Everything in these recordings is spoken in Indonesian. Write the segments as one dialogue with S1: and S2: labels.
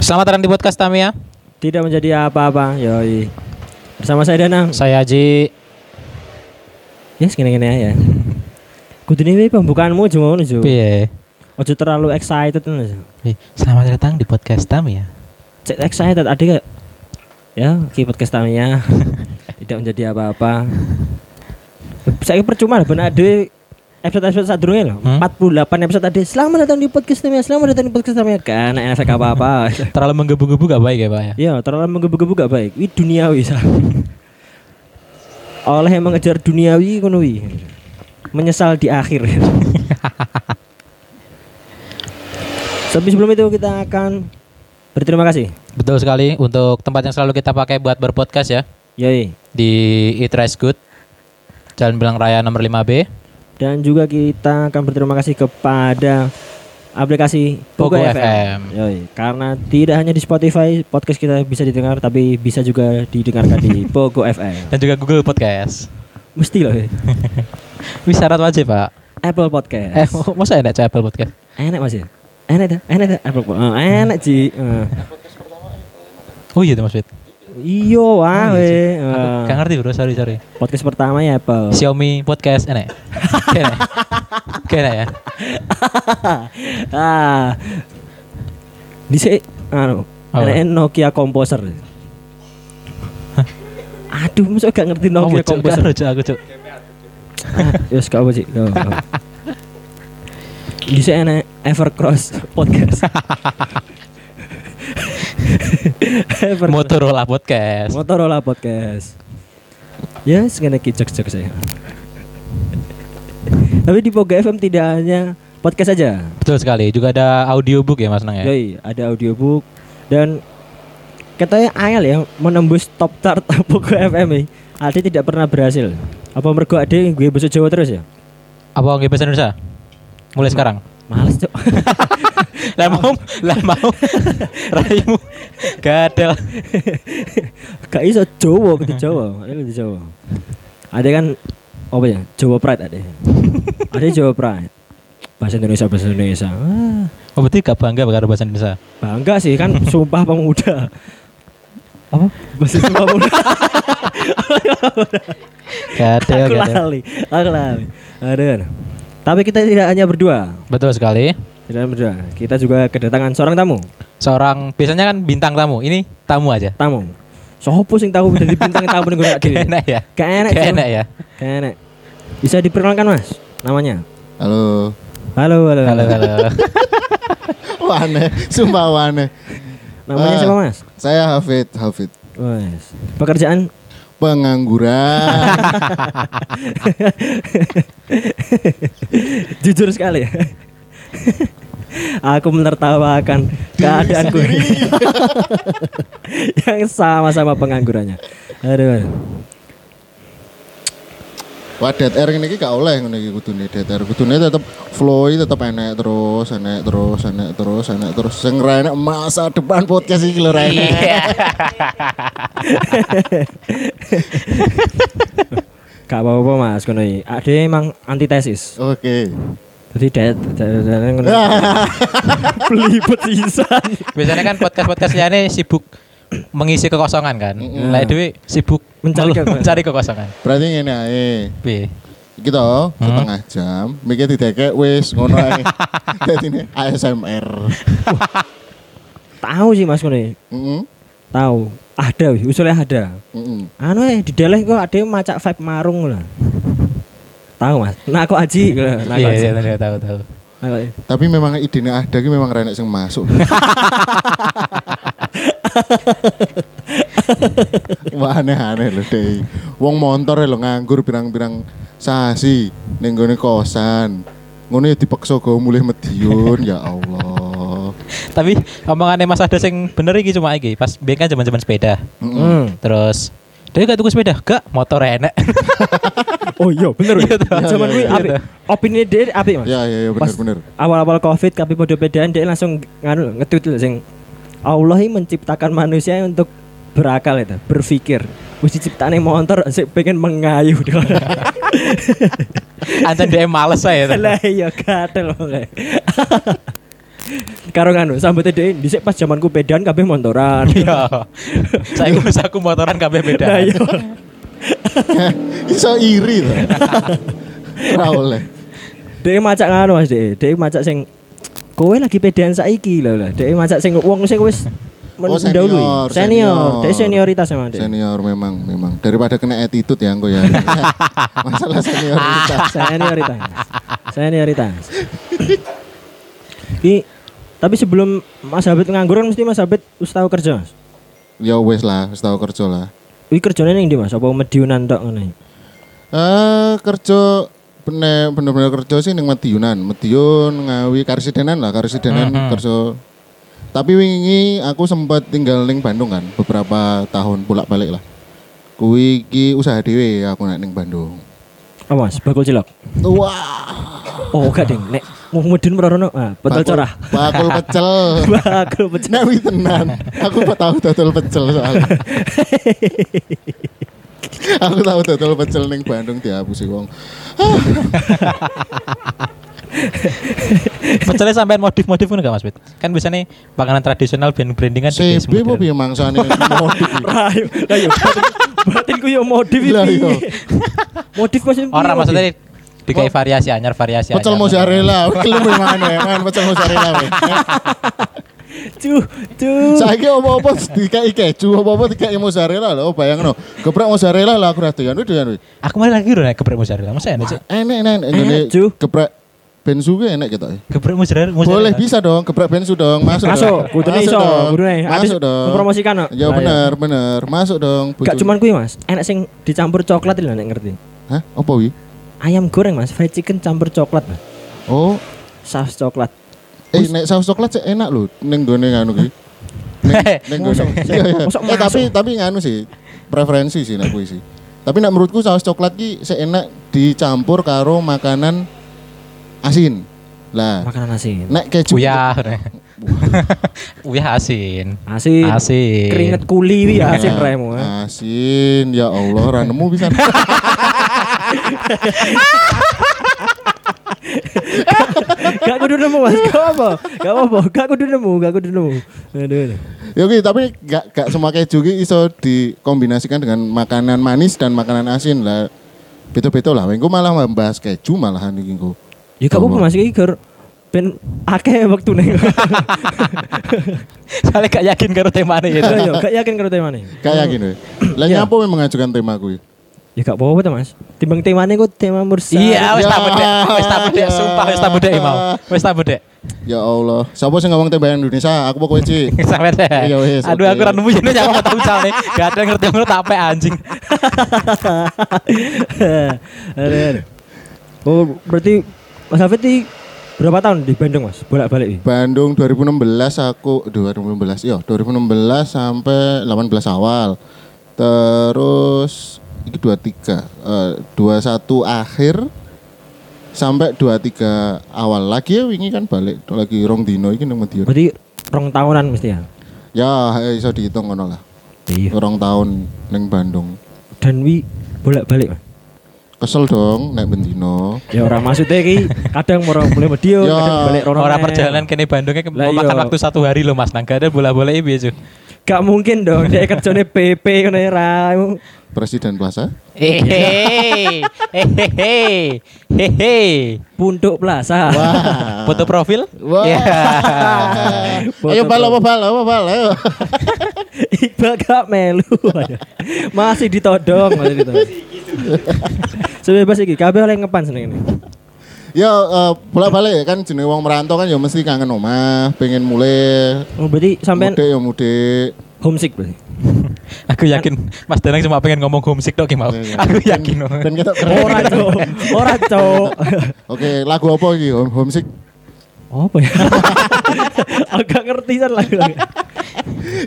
S1: Selamat datang di podcast Tamia.
S2: Tidak menjadi apa-apa, yoi. Bersama saya Danang.
S1: Saya Haji.
S2: Ya, segini-gini aja. Kudu ini pembukaanmu cuma ngono, Jo.
S1: Piye?
S2: Ojo terlalu excited ngono, Jo.
S1: Ih, Selamat datang di podcast Tamia.
S2: Cek excited adik gak? Ya, ki podcast tamnya. Tidak menjadi apa-apa. Saya percuma lah benar ade episode-episode sadurunge lho.
S1: Hmm?
S2: 48 episode tadi. Selamat datang di podcast tamnya. Selamat datang di podcast tamnya. Kan enak efek apa-apa.
S1: Eh, Terlalu menggebu-gebu gak baik ya, Pak ya?
S2: Ya, terlalu menggebu-gebu gak baik. Wi duniawi sah. Oleh yang mengejar duniawi kono wi. Menyesal di akhir. Tapi sebelum itu kita akan berterima kasih.
S1: Betul sekali untuk tempat yang selalu kita pakai buat berpodcast ya
S2: Yoi.
S1: di Eat Rice Good. Jalan Bilang Raya nomor 5B.
S2: Dan juga kita akan berterima kasih kepada aplikasi Pogo,
S1: Pogo
S2: FM.
S1: FM.
S2: Yoi, ya. karena tidak hanya di Spotify podcast kita bisa didengar tapi bisa juga didengarkan di Pogo FM.
S1: Dan juga Google Podcast.
S2: Mesti loh. Wi.
S1: Wih syarat wajib, Pak.
S2: Apple Podcast.
S1: Eh, masa enak Apple Podcast?
S2: Enak mas ya? Enak dah, enak dah. Apple Pod- eh, enak Ci. Eh.
S1: Oh iya itu Mas Fit.
S2: Iyo wae. Eh,
S1: Gak ngerti bro, sorry sorry.
S2: Podcast pertama ya
S1: Oh.
S2: Apple.
S1: Xiaomi podcast enak. Kena. Kena ya.
S2: ah. Di se anu,
S1: Apa?
S2: enak Nokia Composer. Aduh, masa gak ngerti Nokia
S1: Oh, cuk,
S2: Composer.
S1: karo, Cuk, aku cuk.
S2: Ah, Yus, gak apa sih. Gak apa. Di se enak Evercross podcast. Evercross.
S1: Motorola podcast.
S2: Motorola Podcast. Ya, segini kicok-kicok saya. Tapi di Pogo FM tidak hanya podcast saja.
S1: Betul sekali. Juga ada audiobook ya Mas Nang ya.
S2: Yoi, ada audiobook dan katanya Ayel ya menembus top chart Pogo FM ini. Ade tidak pernah berhasil. Apa mergo Ade gue besok Jawa terus ya?
S1: Apa nggih bahasa Indonesia? Mulai sekarang.
S2: Males, Cok.
S1: Hmm. Lah mau, lah mau. Raimu gadel.
S2: Gak iso Jawa ke Jawa, ada ke Jawa. Ada kan apa ya? Jawa Pride ada. ada Jawa Pride. Bahasa Indonesia, bahasa Indonesia. Ah.
S1: Oh berarti gak bangga karo bahasa Indonesia.
S2: Bangga sih kan sumpah pemuda.
S1: Apa?
S2: Masih sumpah pemuda.
S1: Gadel,
S2: aku
S1: gadel.
S2: lali. Aku lali. Aduh. Tapi kita tidak hanya berdua.
S1: Betul sekali.
S2: Tidak hanya berdua. Kita juga kedatangan seorang tamu.
S1: Seorang biasanya kan bintang tamu, ini tamu aja.
S2: Tamu. Sopo sing tahu dari bintang tamu nih gue gak diri.
S1: Enak ya.
S2: Gak enak.
S1: Gak
S2: Cok.
S1: enak ya.
S2: Gak enak. Bisa diperkenalkan Mas namanya.
S3: Halo.
S2: Halo, halo.
S1: Halo, halo, halo.
S3: Wane, sumpah wane.
S2: Namanya
S3: Ah.
S2: siapa Mas?
S3: Saya Hafid, Hafid.
S2: Mas. Pekerjaan
S3: Pengangguran.
S2: jujur sekali. Aku menertawakan keadaanku yang sama-sama penganggurannya. Aduh, aduh.
S3: Wah, dead air ini gak oleh ngene iki kudune dead air. Kudune tetep flow tetep enek terus, enek terus, enek terus, enek terus. Sing ra enek masa depan podcast iki lho ra enek.
S2: Gak apa-apa mas, kono iki. Ade emang antitesis.
S3: Oke.
S2: Jadi dead, dead- dead- dead- ngono. Belibet pisan.
S1: Biasanya kan podcast-podcast liane sibuk mengisi kekosongan kan. Lah dhewe sibuk
S2: Mencari
S1: melu-
S2: kekosongan.
S1: mencari kekosongan.
S3: Berarti ngene ae.
S1: Piye?
S3: Iki to, setengah jam, mikir didekek wis ngono ae. Dadi ini ASMR.
S2: Tahu sih mas kono iki.
S3: Heeh.
S2: Tahu. Ada, wih. usulnya ada.
S3: Heeh.
S2: Anu eh di Deleh kok ada macak vape marung lah. Tahu mas? Nah aku aji, nah aku
S1: Iya,
S2: aji.
S1: iya, iya, tahu, tahu.
S2: Nah, aku aji.
S3: Tapi memang idenya ada iki memang renek sing masuk. Wah aneh-aneh lho deh. Wong montor lho nganggur pirang-pirang sasi ning nggone kosan. Ngono ya dipaksa go mulih mediun ya Allah.
S1: Tapi omongannya Mas Ada sing bener iki cuma iki pas biyen kan zaman-zaman sepeda.
S2: Hmm.
S1: Terus dia gak tuku sepeda, gak motor enak.
S2: Oh iya bener.
S1: Iya, toh.
S2: Zaman
S3: Iya,
S2: kuwi
S3: iya,
S2: apik. Opini dia apik Mas.
S3: Ya ya ya
S2: Pas-
S3: bener-bener.
S2: Awal-awal Covid kabeh podo pedaan dia langsung nganu lho, nge-tweet lho sing Allah ini menciptakan manusia untuk berakal itu, berpikir. Wis diciptane montor sik pengen mengayu.
S1: Ancen dia males ae.
S2: Lah iya gatel wong. eh. Karo nganu sambete dhek dhisik pas zamanku pedan kabeh montoran.
S1: Iya. Saya aku aku motoran kabeh beda.
S2: Nah, iya.
S3: Iso iri to. Ora oleh.
S2: Dhek macak nganu Mas Dhek. Dhek macak sing kowe lagi pedan saiki lho lah. Dhek macak sing wong sing wis
S3: Oh,
S2: mendahului.
S3: senior,
S2: Senior, dhek
S3: senior.
S2: senioritas emang dhek.
S3: Senior memang memang daripada kena attitude ya engko ya. Masalah senioritas.
S2: senioritas senioritas Ki, tapi sebelum Mas Habib nganggur kan mesti Mas Habib wis tau kerja Mas
S3: Ya wes lah, wis tau kerja lah.
S2: Wih kerjanya ning ndi Mas apa mediunan tok ngene
S3: Eh kerja bener- bener-bener kerja sih ning Madiunan. Mediun Ngawi Karesidenan lah, Karesidenan
S2: Mm-hmm.
S3: kerja. Tapi wingi aku sempat tinggal ning Bandung kan beberapa tahun pulak balik lah. Kuwi iki usaha dhewe aku nak ning Bandung.
S2: apa Mas bakul cilok
S3: Wah.
S2: oh gak ding nek mau medun merono ah betul
S3: bakul-
S2: corah
S3: Bakul pecel.
S2: bakul pecel
S3: Nek wi tenan. Aku kok tahu dodol pecel soalnya. aku tahu dodol pecel ning Bandung dihapusi wong.
S1: Pecelnya sampean modif-modif ngono gak Mas Pit? Kan biasanya makanan tradisional ben branding kan
S3: Si
S1: dikasih
S3: piye
S1: model.
S3: piye mangsane modif iki?
S2: ayo ayo batinku yo modif
S3: Lah, iya.
S2: iki modif maksudnya piye
S1: Orang
S2: modif?
S1: maksudnya dikai variasi anyar variasi
S3: Pecel
S1: anyar.
S3: mozzarella, kelem mana ya? Main pecel mozzarella. weh.
S2: cuh cuh
S3: Saiki apa-apa dikai keju, apa-apa dikai mozzarella lho, bayangno. Geprek mozzarella lah aku ra doyan wih doyan wih.
S1: Aku malah lagi udah geprek mozzarella. Masa enak sih?
S3: Enek enek enek, ngene
S2: Ju.
S3: geprek bensu ke enek ketok. ya?
S1: Geprek mozzarella. mozzarella.
S3: Boleh bisa dong, geprek bensu dong, masuk.
S2: Masuk,
S3: dong.
S2: kudune
S3: Masuk
S2: iso, eh.
S3: dong.
S2: kudune. Ada
S3: Masuk dong.
S2: mempromosikan, no? Lah, iya.
S3: Ya bener, bener. Masuk dong.
S2: gak
S3: bujuni.
S2: cuman kuwi Mas enak sing dicampur coklat lho nek ngerti
S3: Hah? Apa wi?
S2: ayam goreng Mas fried chicken campur coklat Mas
S3: Oh,
S2: saus coklat
S3: eh nek saus coklat sih enak lho ning gone nganu ki. Ning gone.
S2: Masuk,
S3: Iya, iya.
S2: masuk,
S3: Eh, tapi
S2: masuk.
S3: tapi nganu sih. Preferensi sih nek kuwi sih. Tapi nek menurutku saus coklat ki sih enak dicampur karo makanan asin. Lah,
S2: makanan asin
S3: nek keju
S1: Uyah. Uyah asin.
S2: asin,
S1: Asin.
S2: keringet kuli wi
S3: Nah,
S2: asin remu eh.
S3: Asin, ya Allah, ra nemu bisa.
S2: gak kudu nemu mas gak apa gak apa gak kudu nemu gak kudu nemu aduh aduh.
S3: Ya oke, tapi gak, gak semua keju ki iso dikombinasikan dengan makanan manis dan makanan asin lah. Beto-beto lah, minggu malah membahas keju malahan iki engko.
S2: ya gak apa-apa mas ini ger ben akeh waktu nih
S1: Soalnya gak yakin karo temane ya, itu.
S2: Yo, Iya, gak yakin karo temane
S3: Kayak yakin weh. Lah
S2: Iya.
S3: nyapa yang mengajukan tema kuwi?
S2: ya gak apa-apa ta, mas timbang temane kok tema mursa
S1: Iya, wis tak
S3: Ya.
S1: bedek, wis tak bedek, sumpah wis tak bedek mau. Wis tak bedek.
S3: Ya Allah, siapa sih ngomong tema Indonesia? Aku pokoknya Ci.
S1: Sampai deh.
S3: Iya, wis,
S1: Aduh,
S3: oke.
S1: aku ranu jadi nyawa tahu cale. Gak ada yang ngerti ngono tak apek anjing.
S2: aduh, aduh. oh berarti mas Hafid ini berapa tahun di Bandung mas bolak-balik wi?
S3: Bandung 2016 aku 2016 iya 2016 sampai 18 awal terus ini 23 eh, 21 akhir sampai 23 awal lagi ya wingi kan balik lagi rong dino iki nang Madiun
S2: berarti rong tahunan mesti ya
S3: ya eh, iso dihitung ngono lah
S2: iya
S3: rong tahun neng Bandung
S2: dan wi bolak-balik mas
S3: kesel dong nek bendino
S2: Ya ora maksudnya iki kadang moro mulai medio,
S3: Ya.
S2: kadang balik rono.
S1: Orang
S2: meneh.
S1: perjalanan kene Bandungnya ke-
S2: Lah,
S1: memakan
S2: iya.
S1: waktu satu hari loh Mas. Nang gak ada bola-bola piye, Cuk.
S2: Gak mungkin dong dia kerjane PP ngono ya, ra.
S3: presiden plaza
S1: Hehehe. Hehehe. Hehehe.
S2: Punduk Plaza.
S3: wah
S1: Foto profil?
S3: Wah.
S1: Iya.
S3: ayo bal apa bal apa bal ayo
S2: Iqbal gak melu. Aduh. Masih ditodong, masih ditodong. Sebebas iki kabeh oleh ngepan seneng ini.
S3: Ya bolak balik kan jenenge wong merantau kan ya mesti kangen omah, pengen mulai
S2: Oh, berarti sampean
S3: mudik ya mudik.
S2: homesick berarti.
S1: Aku yakin Mas Danang cuma pengen ngomong homesick tok ki mau.
S3: Iya, iya.
S1: Oh, Aku yakin. loh.
S3: Ben ketok keren.
S2: Ora cok, ora cok.
S3: Oke, lagu apa iki? Home- Homesick.
S2: Apa ya? Agak ngerti kan lagu.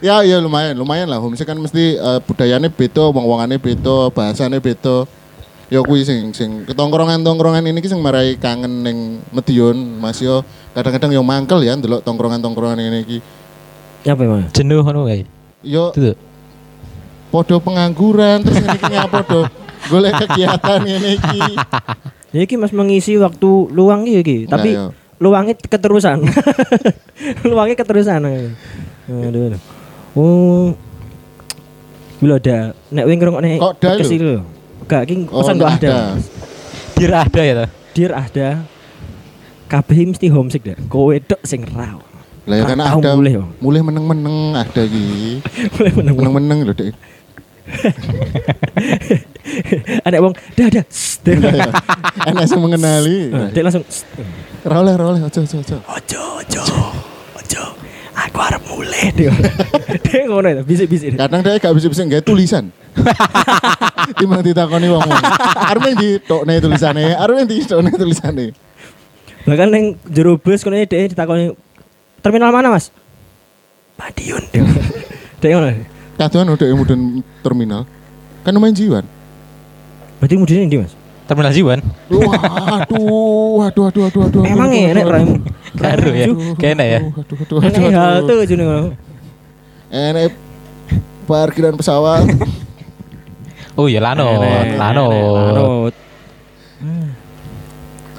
S3: Ya ya lumayan, lumayan lah homesick kan mesti eh, budayane beda, wong-wongane beda, bahasane beda. Ya kuwi sing sing ketongkrongan-tongkrongan ini ki sing marai kangen ning Medion, Mas yo. Kadang-kadang yo mangkel ya ndelok tongkrongan-tongkrongan ini iki.
S2: Ya apa emang?
S1: Jenuh ngono kae.
S3: Yo
S1: Itu. tuh.
S3: podo pengangguran terus ini ki ngapa do? Golek kegiatan ini iki.
S2: Ya iki Mas mengisi waktu luang iki iki, tapi
S3: Nah, yo.
S2: luangnya keterusan. luangnya keterusan. Aduh. aduh. Oh. Bila ada nek wing ngrungokne
S3: Kok ada
S2: podcast
S3: lho?
S2: iki lho. Gak iki
S3: Oh,
S2: pesan kok
S3: nggak
S2: ada.
S1: Dira ada ya toh.
S2: Dir ada. Kabeh mesti homesick deh. Kowe tok sing ra.
S3: Lah ya
S2: Nggak
S3: karena
S2: tahu
S3: ada
S2: mulai, Bang.
S3: mulai meneng-meneng ada iki.
S2: Mulai menemu.
S3: Meneng-meneng lho, Dek.
S2: Anak wong dah dah. Sss, dia-
S3: Iya, Enak sing mengenali.
S2: Dia langsung sss.
S3: Ra oleh, ra oleh, ojo ojo ojo.
S2: ojo ojo ojo aku harap mulai dia dia ngono ya, itu bisik-bisik dia.
S3: Kadang dia gak bisa-bisa nggak tulisan. Timbang ditakoni wong-wong. Arep yang ditokne tulisane, arep yang ditokne tulisane.
S2: bahkan yang kan jero bus kono dia ditakoni terminal mana mas Madiun dia dia ngono
S3: Kadoan udah mudun terminal. Kan lumayan jiwan.
S2: berarti mudine ndi mas
S1: Terminal Jiwan.
S3: Waduh, waduh, waduh, waduh, waduh.
S2: emang enak Rai
S1: Karo ya. Kena ya.
S3: Waduh, waduh,
S2: enak
S3: waduh,
S2: hal
S3: waduh.
S2: tuh jene ngono
S3: Enak parkiran pesawat.
S1: Oh iya Lano, Lano.
S3: iya,
S2: lanut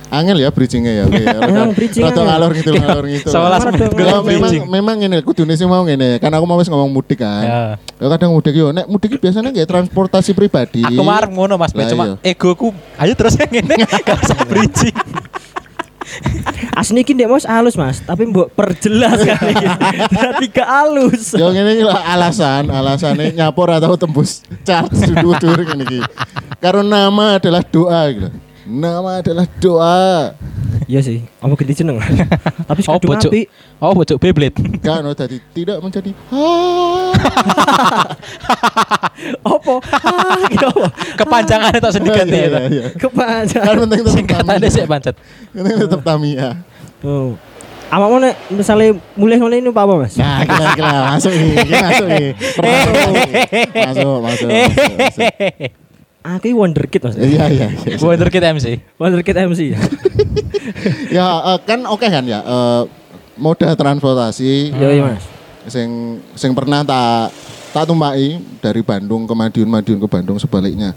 S3: Angel ya bridgingnya ya. oke, ya.
S2: Emang bridging
S3: Rada
S2: angel.
S3: ngalor gitu, ngalor gitu.
S1: Seolah
S2: Waduh,
S1: sebut
S3: Kalau memang
S1: bridging.
S3: memang ngene aku Indonesia mau ngene kan aku mau wis ngomong mudik kan.
S1: Ya.
S3: Ya kadang mudik yo nek mudik iki biasanya kayak transportasi pribadi.
S1: Aku marah ngono Mas,
S3: Lah,
S1: Ben.
S3: iya.
S1: cuma egoku ayo terus yang ngene gak usah bridging.
S2: asli iki ndek mas halus mas tapi mbok perjelas kan iki tiga halus
S3: Yo Ya, ngene iki lah alasan, alasane nyapor atau tembus charge sudur-sudur ngene iki. Karena nama adalah doa gitu. Nama adalah doa.
S2: iya sih apa ganti jeneng tapi
S1: Oh
S2: kudu
S1: bocok.
S2: apik.
S1: Oh bocok Beyblade.
S3: Kan oh, tadi tidak menjadi.
S2: Opo? Ah, gitu apa?
S1: Kepanjangan itu sendiri
S3: Iya,
S1: ganti ya. toh.
S3: Kan
S2: Kepanjangan.
S3: penting tetap
S1: Singkatannya
S3: Tamiya.
S1: sih pancet.
S3: Penting tetap Tamiya.
S2: Oh. Apa mau nek misalnya mulai mulai ini apa apa mas?
S3: Nah, kira kira masuk nih, kira masuk nih. Masuk, masuk, masuk. masuk.
S2: Aku ini Ah, wonder kid mas.
S3: Iya, iya. iya.
S1: Wonder Kid MC.
S2: Wonder kid MC.
S3: Ya, eh, kan oke kan ya. eh, moda transportasi
S2: Yo iya mas.
S3: sing sing pernah tak tak tumpaki dari Bandung ke Madiun, Madiun ke Bandung sebaliknya.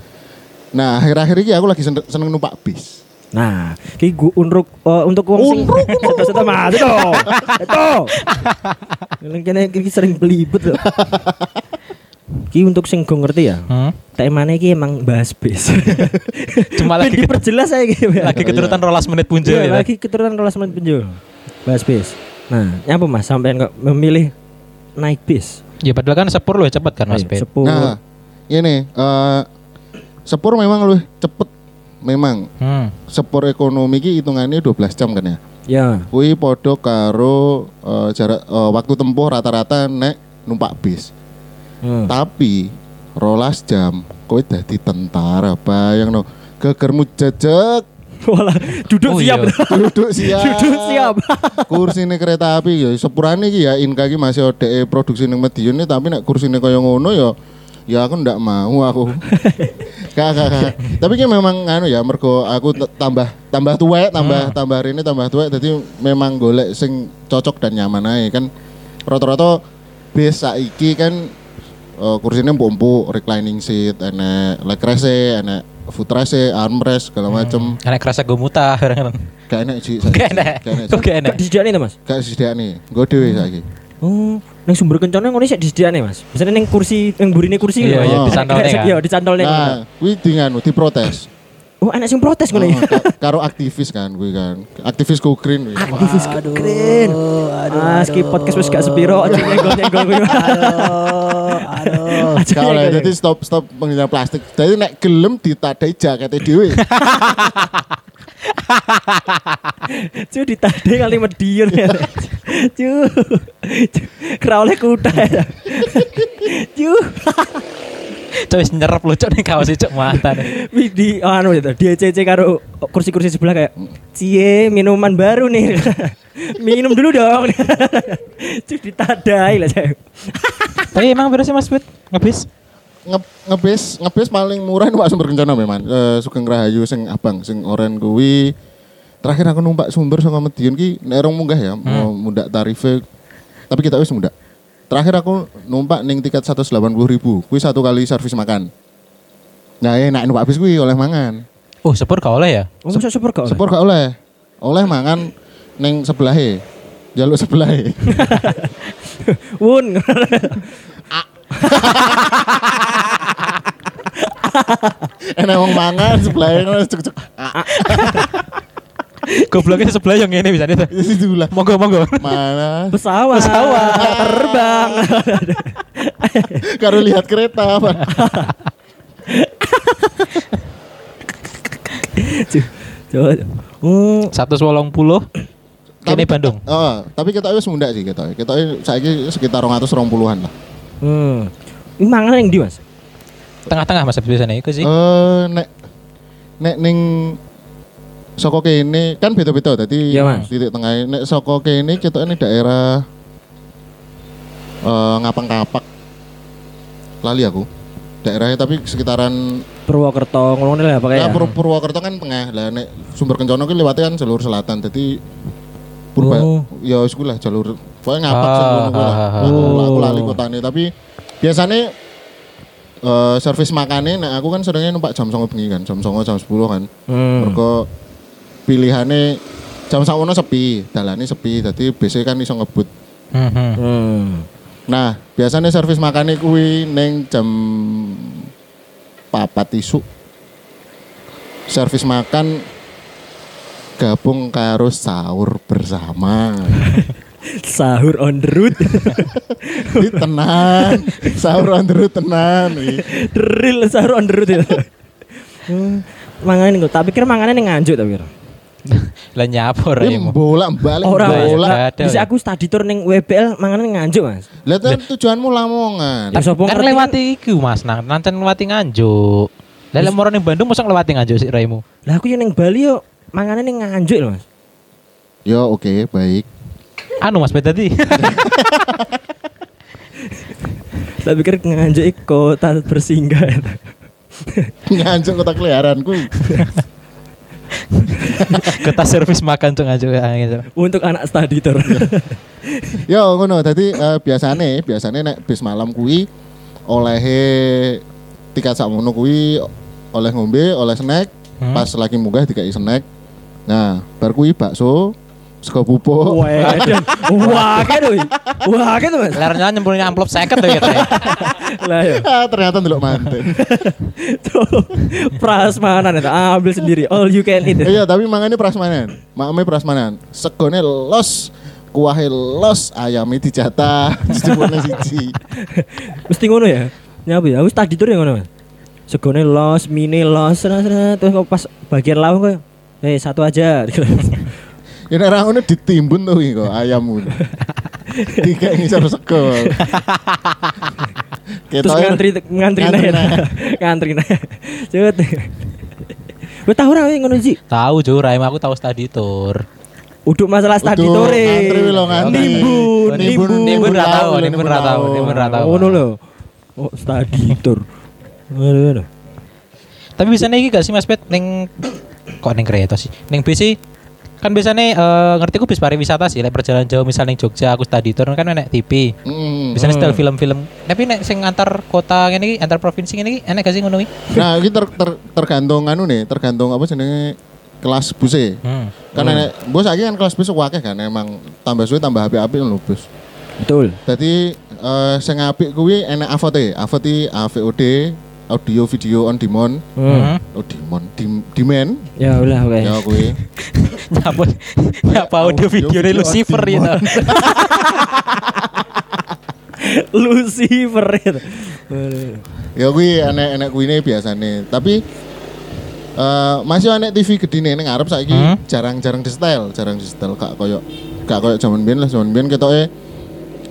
S3: Nah, akhir-akhir ini aku lagi sen- seneng numpak bis.
S2: Nah, ki gua unruk eh, untuk uang sing satu satu mas itu, itu. Kena ki sering belibet loh. Ki untuk sing gua ngerti ya.
S1: Hmm.
S2: Temanya ki emang bahas bis.
S1: Cuma
S2: Ben
S1: lagi ket-
S2: diperjelas saya ki.
S3: Iya.
S1: lagi keturutan rolas menit punjul
S2: Iya,
S1: ya. toh.
S2: lagi keturunan rolas menit penjul. Bahas bis. Nah, nyapa Mas sampean kok memilih naik bis?
S1: Ya padahal kan sepur loh cepet kan Mas
S2: Ayo,
S1: Ben.
S2: Sepuluh.
S3: Nah, ini eh, sepur memang lebih cepet memang
S1: Hmm.
S3: sepur ekonomi ki hitungannya 12 jam kan ya.
S2: Ya.
S3: Kui podo karo eh, jarak eh, waktu tempuh rata-rata nek numpak bis.
S2: Hmm.
S3: Tapi rolas jam kowe dadi tentara bayang no gegermu jejeg
S2: Walah,
S1: Oh,
S2: duduk siap.
S1: iya.
S3: duduk siap
S2: duduk siap.
S3: kursi ini kereta api ya sepurane iki ya inka iki masih ode produksi ning Madiun ini tapi nek kursi ini kaya ngono ya ya aku ndak mau aku kak kak kak tapi ki memang anu ya mergo aku t- tambah tambah tua tambah tambah hari ini tambah tua jadi memang golek sing cocok dan nyaman aja kan rata-rata bis saiki kan eh, kursinya empuk-empuk reclining seat enek leg rest enek foot rest armrest segala macem
S1: Anak kerasa gue muta orang
S3: gak enak sih
S1: Gak enak.
S3: Ci.
S1: Kok gak enak.
S2: Kok disediakan Mas?
S3: Gak disediak nih, gue dewe saiki.
S2: Oh, nang sumber kencana ngono sik disediakan Mas. Biasanya nang kursi, nang burine kursi.
S1: Iya,
S2: lho.
S3: iya,
S2: Oh.
S1: dicantolne
S2: Kayak-
S1: kan?
S2: Iya, dicantolne.
S3: Nah, kuwi di nganu diprotes.
S2: Oh, anak sing protes ngono ya.
S3: Oh, ka- karo aktivis kan kuwi kan. Aktivis go green kuwi.
S2: Aktivis keren. Mas, ki podcast wis gak sepiro, aja nyenggol-nyenggol kuwi.
S3: Aduh,
S2: Aja
S3: kalau
S2: nyenggol-nyenggol.
S3: jadi stop stop penggunaan plastik. Jadi nek gelem ditadai jakete dhewe.
S2: Cu ditanding kali medion ya. Cu. Cu, Kraule kuda ya. Cu.
S1: Coba nyerap lucu nih kaos itu mata nih.
S2: Widi oh, anu itu dia cece karo kursi-kursi sebelah kayak cie minuman baru nih. Minum dulu dong. Cu ditandai lah saya.
S1: Tapi emang berapa sih Mas Bet? Ngebis?
S3: Nge- ngebis ngebis paling murah numpak sumber kencana memang. Eh Sugeng Rahayu sing abang sing oren kuwi. Terakhir aku numpak sumber sama Medion ki nek rong munggah ya, mau mundak tarife. Tapi kita wis mundak. Terakhir aku numpak ning tiket 180.000. Kuwi satu kali servis makan. Nah, enak numpak bis kuwi oleh mangan.
S1: Oh sepur gak oleh ya?
S2: Oh, masuk super kok.
S3: Sepur gak oleh. Oleh mangan neng sebelahe. Jaluk sebelahe.
S2: Wun.
S3: Enak wong mangan sebelahe ngono cuk-cuk.
S1: Gobloknya sebelah yang ini bisa itu.
S3: Ya situ lah.
S1: Monggo monggo.
S3: Mana?
S2: pesawat.
S1: Pesawat.
S2: terbang.
S3: Karo lihat kereta apa?
S2: Coba. Oh,
S1: 180 kene Bandung.
S3: Oh, tapi kita wis mundak sih kita. Kita saiki sekitar 220-an lah.
S2: hmm. Ini mangan yang di mas.
S1: Tengah-tengah Mas biasanya iku
S3: Eh
S1: sih.
S3: nek nek ning saka kene kan beda-beda tadi
S2: Iya, Mas.
S3: titik tengah nek saka kene kita ini daerah eh ngapang-kapak lali aku daerahnya tapi sekitaran
S2: Purwokerto ngomongnya lah pakai ya.
S3: ya, Pur- Purwokerto kan tengah lah nek sumber kencono ki lewatnya kan jalur selatan jadi Purba
S2: Oh.
S3: ya wis kuwi lah jalur pokoknya ngapak
S1: Ah,
S3: sing ngono kuwi lah.
S1: ah, ah,
S3: Aku-
S2: ah.
S3: aku lali kotane tapi biasanya eh servis makane nek aku kan seringnya numpak jam 09.00 bengi kan jam 09.00 jam 10 kan
S2: Hmm.
S3: mergo pilihane jam sawono sepi dalane sepi dadi biasanya kan iso ngebut
S1: Mhm.
S2: Hmm.
S3: nah biasanya servis makane kuwi ning jam papat isuk servis makan gabung karo sahur bersama
S2: Sahur on the road.
S3: Ih, tenang sahur on the road tenang Ih.
S2: Drill sahur on the road itu. Hmm. Mangan ini tapi kira mangannya ini nganjuk tapi kira.
S1: Lah nyapor
S3: Ini
S1: ya.
S3: bolak balik
S2: Orang
S1: Bola.
S2: bola.
S1: Ada,
S2: Bisa
S1: ya.
S2: aku study tour neng WBL mangannya ini nganjuk mas.
S3: Lihat kan tujuanmu Lamongan.
S2: Ya, sopo
S1: Kan
S2: ngerti
S1: lewati iku Mas, nang nanten lewati Nganjuk. Lah lek moro ning Bandung mosok lewati Nganjuk sik raimu.
S2: Lah aku yang neng Bali yo mangannya ini nganjuk loh mas.
S3: Yo oke baik.
S1: Anu Mas Bedadi.
S2: Tak pikir nganjuk itu kota bersinggah.
S3: Nganjuk kota keliaranku.
S1: Kita servis makan tuh Nganjuk ya gitu.
S2: Untuk anak study tour.
S3: Yo ngono tadi biasane biasane nek bis malam kuwi olehe tiket sakmono kuwi oleh ngombe, oleh snack,
S1: Hmm.
S3: pas lagi munggah dikai snack. Nah, bar kuwi bakso, sego
S2: Oh,
S3: bubuk.
S2: Waduh. Wah, kayak tuh. Wah, kayak tuh, Mas.
S1: Larnya nyemplungin amplop 50 tuh gitu ya.
S2: Lah ya.
S3: Ah, ternyata ndelok
S2: Tuh,
S3: manten.
S2: Gitu. Prasmanan itu ah, ambil sendiri. All you can eat.
S3: Iya, tapi mangane prasmanan. Makame prasmanan. Segone los, kuahe los, ayame dijatah, dijupukne siji.
S2: Mesti ngono ya. Nyapa ya? Wis tadi tour ya ngono, Mas. Segone los, mini los, sena, sena. terus kok pas bagian lawang kok Eh satu aja.
S3: Ya nek ra ngono ditimbun tuh iki kok ayammu. Tiga ngisor sego.
S2: Terus
S3: Ketoknya-
S2: ngantri ngantri
S3: Ya, Ngantri
S2: naik.
S3: naik.
S2: Ngantri naik. Cepet. Wis tahu ora ngono sih?
S1: Tahu Jo, Raim aku tahu study tour.
S2: Uduk masalah study
S3: Betul,
S2: tour.
S3: Ngantri wih lo ngantri.
S2: Nimbun,
S1: Nimbun,
S2: nimbun.
S1: nimbun ra tahu,
S3: Nimbun
S1: nimbun
S3: ra
S1: ra tahu,
S3: tahu.
S1: nimbun ra tahu.
S2: Ngono lho. Oh, study tour. Ngono ngono.
S1: Tapi biasanya iki gak sih Mas Pet ning kok ning kereta sih. Ning BC kan biasanya eh, ngerti ku bis pariwisata sih lek perjalanan jauh misal ning Jogja aku study tour kan enek TV.
S3: Mm.
S1: Biasanya style film-film. Tapi nek sing antar kota ngene iki, antar provinsi ngene iki enek gak sih ngono iki?
S3: Nah, ini ter, ter, tergantung anu nih, tergantung apa jenenge kelas busnya
S1: Hmm.
S3: Karena nek bos saiki kan kelas bus wakeh kan emang tambah suwe tambah apik-apik lho bus.
S2: Betul.
S3: Dadi eh sing apik kuwi enek AVOD, AVOD, AVOD, audio video on demand.
S1: Hmm.
S3: Oh, demand, dim, demand.
S2: Ya ulah oke.
S3: Ya kuwi.
S1: Nyapa nyapa audio video
S3: video
S1: Lucifer
S3: on
S1: gitu.
S2: Lucifer.
S3: Ya kuwi enek-enek kuwine biasane. Tapi eh masih enek TV gedine ning ngarep saiki
S1: Hmm?
S3: jarang-jarang di style, jarang di style gak koyo gak koyo jaman biyen lah jaman biyen ketoke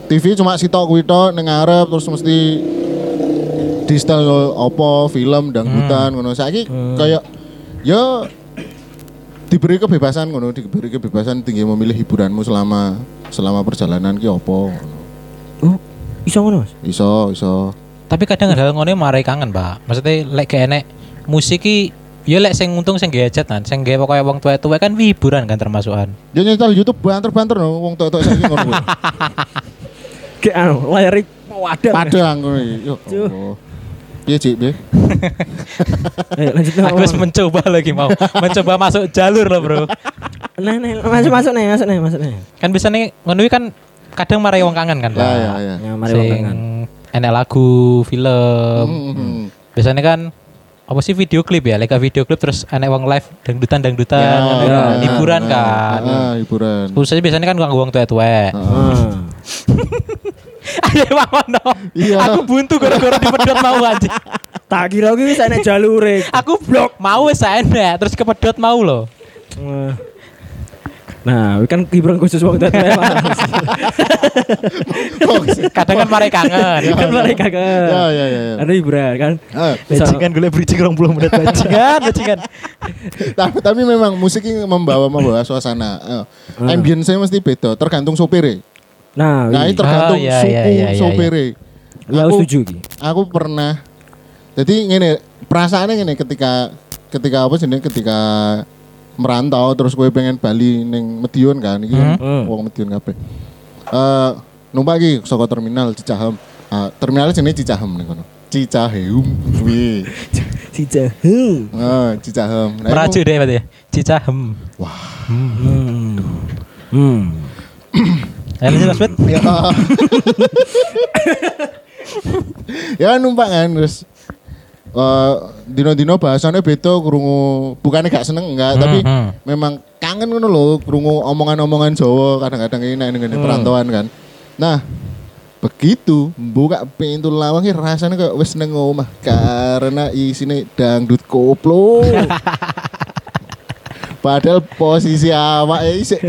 S3: TV cuma sitok kuwi tok ning ngarep terus mesti di style opo film dangdutan ngono. Saiki koyo ya diberi kebebasan ngono, diberi kebebasan tinggi memilih hiburanmu selama selama perjalanan ki opo.
S2: Oh,
S3: ngono.
S2: iso ngono, Mas.
S3: Iso, iso.
S1: Tapi kadang hal ngene marai kangen, Pak. Maksudnya lek gak enek musik iki ya lek sing untung sing gadget kan, sing gawe pokoke wong tua-tua kan hiburan kan termasukan.
S3: Yo nyetel YouTube banter-banter no wong tok-tok saiki ngono. kuwi.
S2: Kayak anu, layar wadah.
S3: Padahal aku iki. Yo. Ya Allah. Piye Cik, piye?
S2: Ayo Eh, lanjut no.
S1: Aku harus mencoba lagi mau mencoba masuk jalur loh bro.
S2: Nah, nah, masuk masuk nih, masuk nih, masuk nih.
S1: Kan bisa nih ngono iki kan kadang marai wong kangen kan.
S3: Lah ya ya.
S2: Ya, mari
S1: Mari
S2: wong kangen.
S1: enek lagu, film.
S3: Hmm, hmm.
S1: Biasanya kan apa sih video klip ya? Lega video klip terus enek wong live dangdutan dangdutan kan,
S3: Ya, ya,
S1: hiburan
S3: ya. Hmm.
S1: kan.
S3: Ah, hiburan.
S1: Khususnya biasanya kan gua wong tuwek-tuwek.
S2: Ah.
S1: Ayo mawon no.
S3: Iya.
S1: Aku buntu gara-gara dipedot mau aja.
S2: Tak kira gue bisa nek jalure.
S1: Aku blok mau saya enak terus kepedot mau loh.
S2: Wah. Nah, kan hiburan khusus wong tua
S1: Kadang kan marai kangen.
S3: Iya.
S2: Kan mereka
S3: Ya
S2: kan.
S3: ya ya. ya.
S2: Ada hiburan kan.
S3: Ah,
S1: Bajingan gue bridging orang belum menit bajingan, bajingan.
S3: tapi, tapi memang musik ini membawa membawa suasana. Eh, Ambience-nya mesti beda, tergantung sopire.
S2: Nah,
S3: Nah,
S2: ini
S3: ini tergantung
S1: Ah. Oh, iya,
S3: suku
S1: iya, iya, iya.
S3: sopire.
S2: Lah,
S3: Aku-
S2: setuju iki.
S3: aku pernah jadi ngene perasaannya ngene ketika ketika apa sih Nek? ketika merantau terus gue pengen Bali neng Medion kan iki kan
S2: Hmm.
S3: wong Medion kabeh Eh numpak iki saka terminal Cicahem Ah, terminal jenenge Cicahem ning kono Cicaheum kuwi
S2: Si Jahe.
S3: ah Cicahem Nah,
S1: Meracu
S3: iku-
S1: deh berarti. ya. Cicahem.
S2: Hmm. Hmm.
S1: Ayo lanjut Mas Bet.
S3: ya ya numpak kan terus eh dino-dino bahasannya beda krungu bukannya gak seneng enggak tapi
S1: hmm.
S3: memang kangen ngono lho krungu omongan-omongan Jawa kadang-kadang ini nek
S1: Hmm.
S3: ngene perantauan kan nah begitu buka pintu lawang ya rasanya kayak wis neng omah karena isine dangdut koplo Padahal posisi awak isik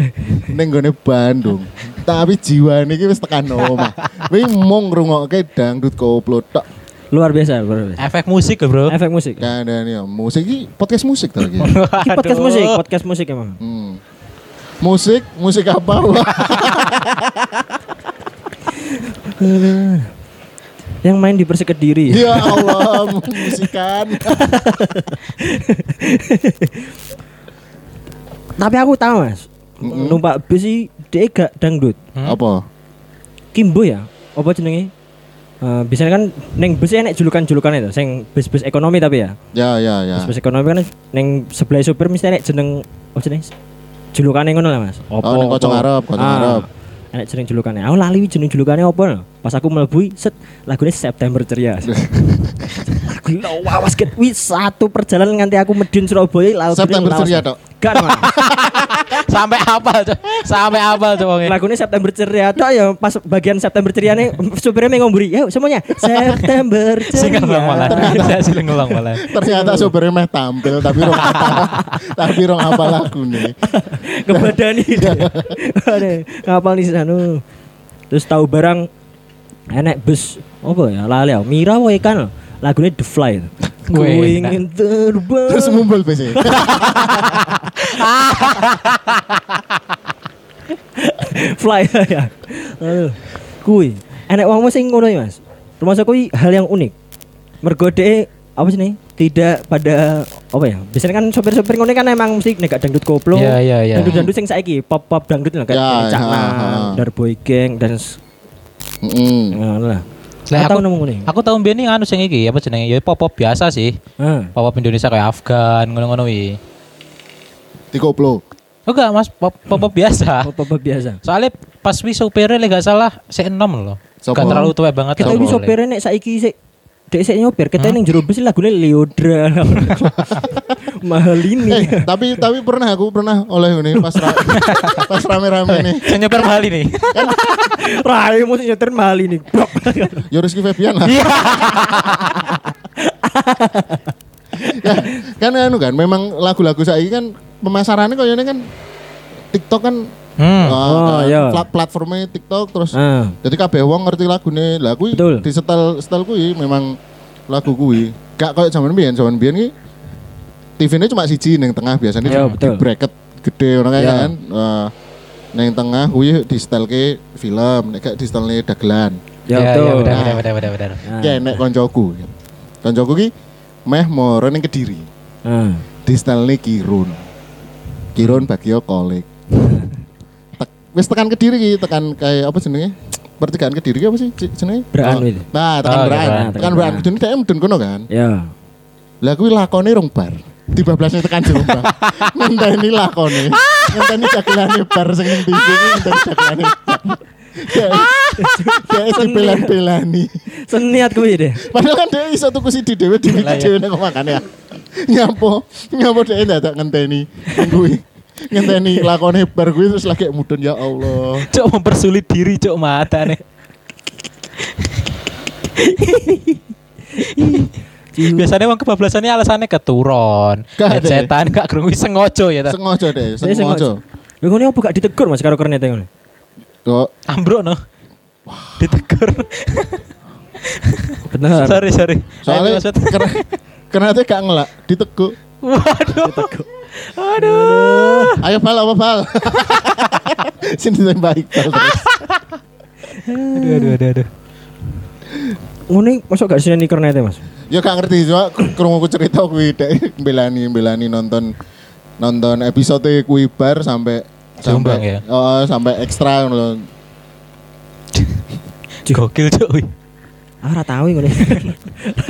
S3: ning gone Bandung. Tapi jiwane iki wis tekan omah. Kuwi mung ngrungokke dangdut koplo tok.
S2: Luar biasa, luar biasa.
S1: Efek musik loh bro.
S2: Efek musik.
S3: Kan ya musik iki podcast musik to iki.
S2: Ini podcast
S1: Aduh.
S2: musik, podcast musik emang.
S3: Hmm. Musik, musik apa? Wah,
S2: Yang main di Persik Kediri.
S3: ya Allah, musikan.
S2: Tapi aku tahu mas, numpak bis sih dia gak dangdut.
S3: Apa?
S2: Kimbo ya, apa jenenge? Eh, biasanya kan neng bis enek julukan-julukan itu, sing bis-bis ekonomi tapi ya.
S3: Ya, ya, ya.
S2: Bis-bis ekonomi kan neng sebelah supir mesti enek jeneng apa jenenge? Julukane ngono lah Mas. Opo?
S3: Oh, neng Kocong Arab, Kocong Arab.
S2: Enek jeneng julukane. Aku lali wi jeneng julukane opo lho. Pas aku mlebu set lagune September ceria. Lagu lo wawas ket wi satu perjalanan nganti aku medun Surabaya lagu
S3: September ceria tok.
S2: Gak Mas.
S1: Sampai apa tuh? Sampai apa tuh wongnya?
S2: Lagunya September ceria tok ya pas bagian September ceria nih supirnya mau ngomburi. Yuk semuanya September ceria.
S1: Singkat ulang malah. Saya siling ulang malah.
S3: Ternyata sopirnya meh tampil tapi rong apa tapi rong apa lagu nih.
S2: kebadani Aduh, kapal nih sanu terus tahu barang enek bus apa ya lali aku mira wae kan lagunya The Fly ku
S1: Wih,
S2: ingin terbang
S3: Terus mumbul besi.
S2: Fly ya Aduh, kui enek wong sing ngono ya mas termasuk kui hal yang unik mergo dhek apa sih nih tidak pada apa ya biasanya kan sopir-sopir ngono kan emang mesti nek gak dangdut koplo
S1: Iya, iya, iya.
S2: dangdut-dangdut sing saiki pop-pop dangdut lah kayak
S3: Ya,
S2: yeah, Cakna
S3: ha, ha.
S2: Darboy Gang dan s-
S3: Heeh.
S2: ngono lah
S1: Lah,
S2: Atau
S1: aku-
S2: nemu nih.
S1: Aku tahun biyen nih anu sing iki apa jenenge? Ya pop pop biasa sih.
S2: Ah.
S1: Pop pop Indonesia kayak Afgan ngono-ngono wi.
S3: Dikoplo.
S1: Oh enggak Mas, pop pop pop biasa.
S2: Apa apa biasa.
S1: Soalnya pas wi sopirnya lek gak salah si enom loh.
S3: Sopo?
S1: Gak terlalu tua banget.
S2: Kita
S1: loh,
S2: ini
S1: boleh.
S2: sopirnya nek saiki sik Dek sik nyopir, kita ning jero bus lagune Leodra. Mahal ini.
S3: Eh, tapi tapi pernah aku pernah oleh ini pas ra- pas rame-rame nih.
S1: Saya nyebar Bali nih.
S2: Rai mesti nyetir mahal ini. Blok.
S3: Ya Rizky Febian lah. ya, kan anu kan memang lagu-lagu saya kan pemasarannya kok kan TikTok kan
S1: Hmm.
S3: ah,
S2: Oh,
S3: ah,
S2: iya.
S3: plat- platformnya TikTok terus
S2: Ah.
S3: jadi kabeh wong ngerti lagune. Lah kuwi
S2: Betul.
S3: di setel setel kuwi memang lagu kuwi. Gak kayak zaman biyen, zaman biyen ki TV-ne cuma siji ning tengah biasanya
S2: Iya,
S3: di-
S2: betul.
S3: di bracket gede ngono kae
S2: Iya.
S3: kan. Eh, ning tengah kuwi di setelke film, nek gak di setelne dagelan.
S2: Ya betul.
S1: Iya, benar, benar, benar, benar, benar.
S2: Ah.
S3: Ya nek koncoku. Koncoku ki meh moro ning Kediri.
S2: Ah.
S3: Di setelne Kirun. Kirun bagio kolek. Tek- Wis tekan Kediri ki, tekan kayak apa jenenge? pertigaan Kediri apa sih c- jenenge?
S2: Beraan
S3: Oh,
S2: itu.
S3: Nah, tekan
S1: Oh, iya, Beraan,
S3: beraan. Tekan
S2: tekan
S3: beraan
S2: Beraan.
S3: kudune dhek mudun kono kan.
S2: Ya.
S3: Lah kuwi lakone rong bar. 13 nya tekan Jombang. Ngenteni lakone. Ngenteni jagelane bar sing ning TV kuwi ngenteni jagelane. bar. Dhek- Dhek dipelan-pelani.
S2: Seniat kuwi deh.
S3: Padahal kan dia iso tuku CD dhewe dibikin
S1: Lah, ya.
S3: dhewe nang makan ya. Nyapo, nyapo dia dadak ngenteni kuwi. Ngenteni lakone bar kuwi terus lagi mudun ya Allah.
S1: Cok mempersulit diri cok mata nih. Biasanya wong kebablasannya alasannya keturun,
S3: Gak ada. ya?
S1: setan, gak kerungu sengojo ya ta.
S3: Sengojo deh,
S2: Saya
S3: sengojo.
S2: Lha ngene apa gak ditegur Mas karo kernet ngono?
S3: Kok
S1: Ambruk no. Ditegur.
S2: Bener.
S1: sorry, sorry.
S3: soalnya
S1: Ayo, Mas Pet.
S3: karena karena dia gak ngelak diteguk.
S1: Waduh. Aduh.
S3: Ayo pal apa pal? Sini tembak Iqbal terus.
S1: Aduh, aduh, aduh, aduh.
S2: Ngene masuk gak disini kernet Mas?
S3: Ya gak ngerti cuma krungu ku cerita kuwi dek belani belani nonton nonton episode kuwi bar sampai
S1: Jombang
S3: sampai-
S1: ya?
S3: Oh, sampai ekstra ngono lho.
S1: Gokil cok. wih.
S2: Ah ora tahu ngene.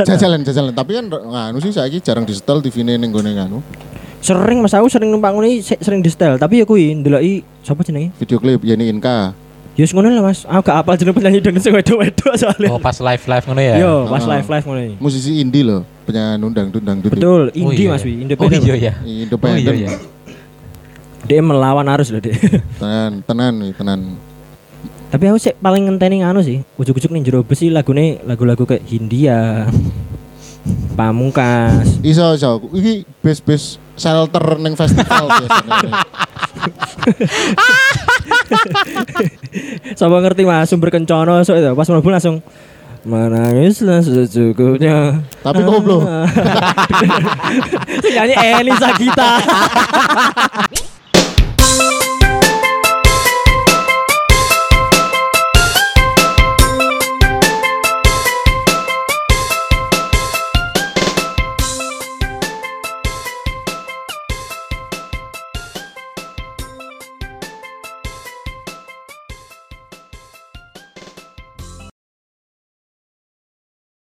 S3: Jajalan jajalan tapi kan nganu sih saiki jarang disetel TV-ne ning gone nganu
S2: sering Mas aku sering numpak ngene se- sering di setel, tapi ya kuwi ndeloki sapa jenenge?
S3: video klip Yeni Inka.
S2: Ya wis ngono lah Mas. Aku gak apal jeneng penyanyi dan sing wedok-wedok
S1: Oh,
S2: soalnya.
S1: pas live-live ngono ya.
S2: Yo, pas
S3: Ah.
S2: live-live ngono iki.
S3: Musisi indie loh, punya nundang dundang dundang.
S2: Betul,
S1: Oh,
S2: indie
S1: iya,
S2: Mas
S1: iya.
S2: Wi, independen.
S1: Oh iya ya. Oh,
S3: Independen.
S1: iya, iya.
S2: Dia melawan arus loh, Dek.
S3: Tenan, tenan, nih, tenan.
S2: Tapi aku sih paling ngenteni anu sih, ujuk-ujuk ning jero besi lagune lagu-lagu kayak Hindia. Pamungkas.
S3: Iso iso. Iki bis-bis shelter ning festival biasanya.
S2: Sapa ngerti Mas sumber kencono sok itu pas mlebu langsung menangislah secukupnya.
S3: Tapi
S1: Ah.
S3: goblok.
S2: Sing Nyanyi Elisa kita.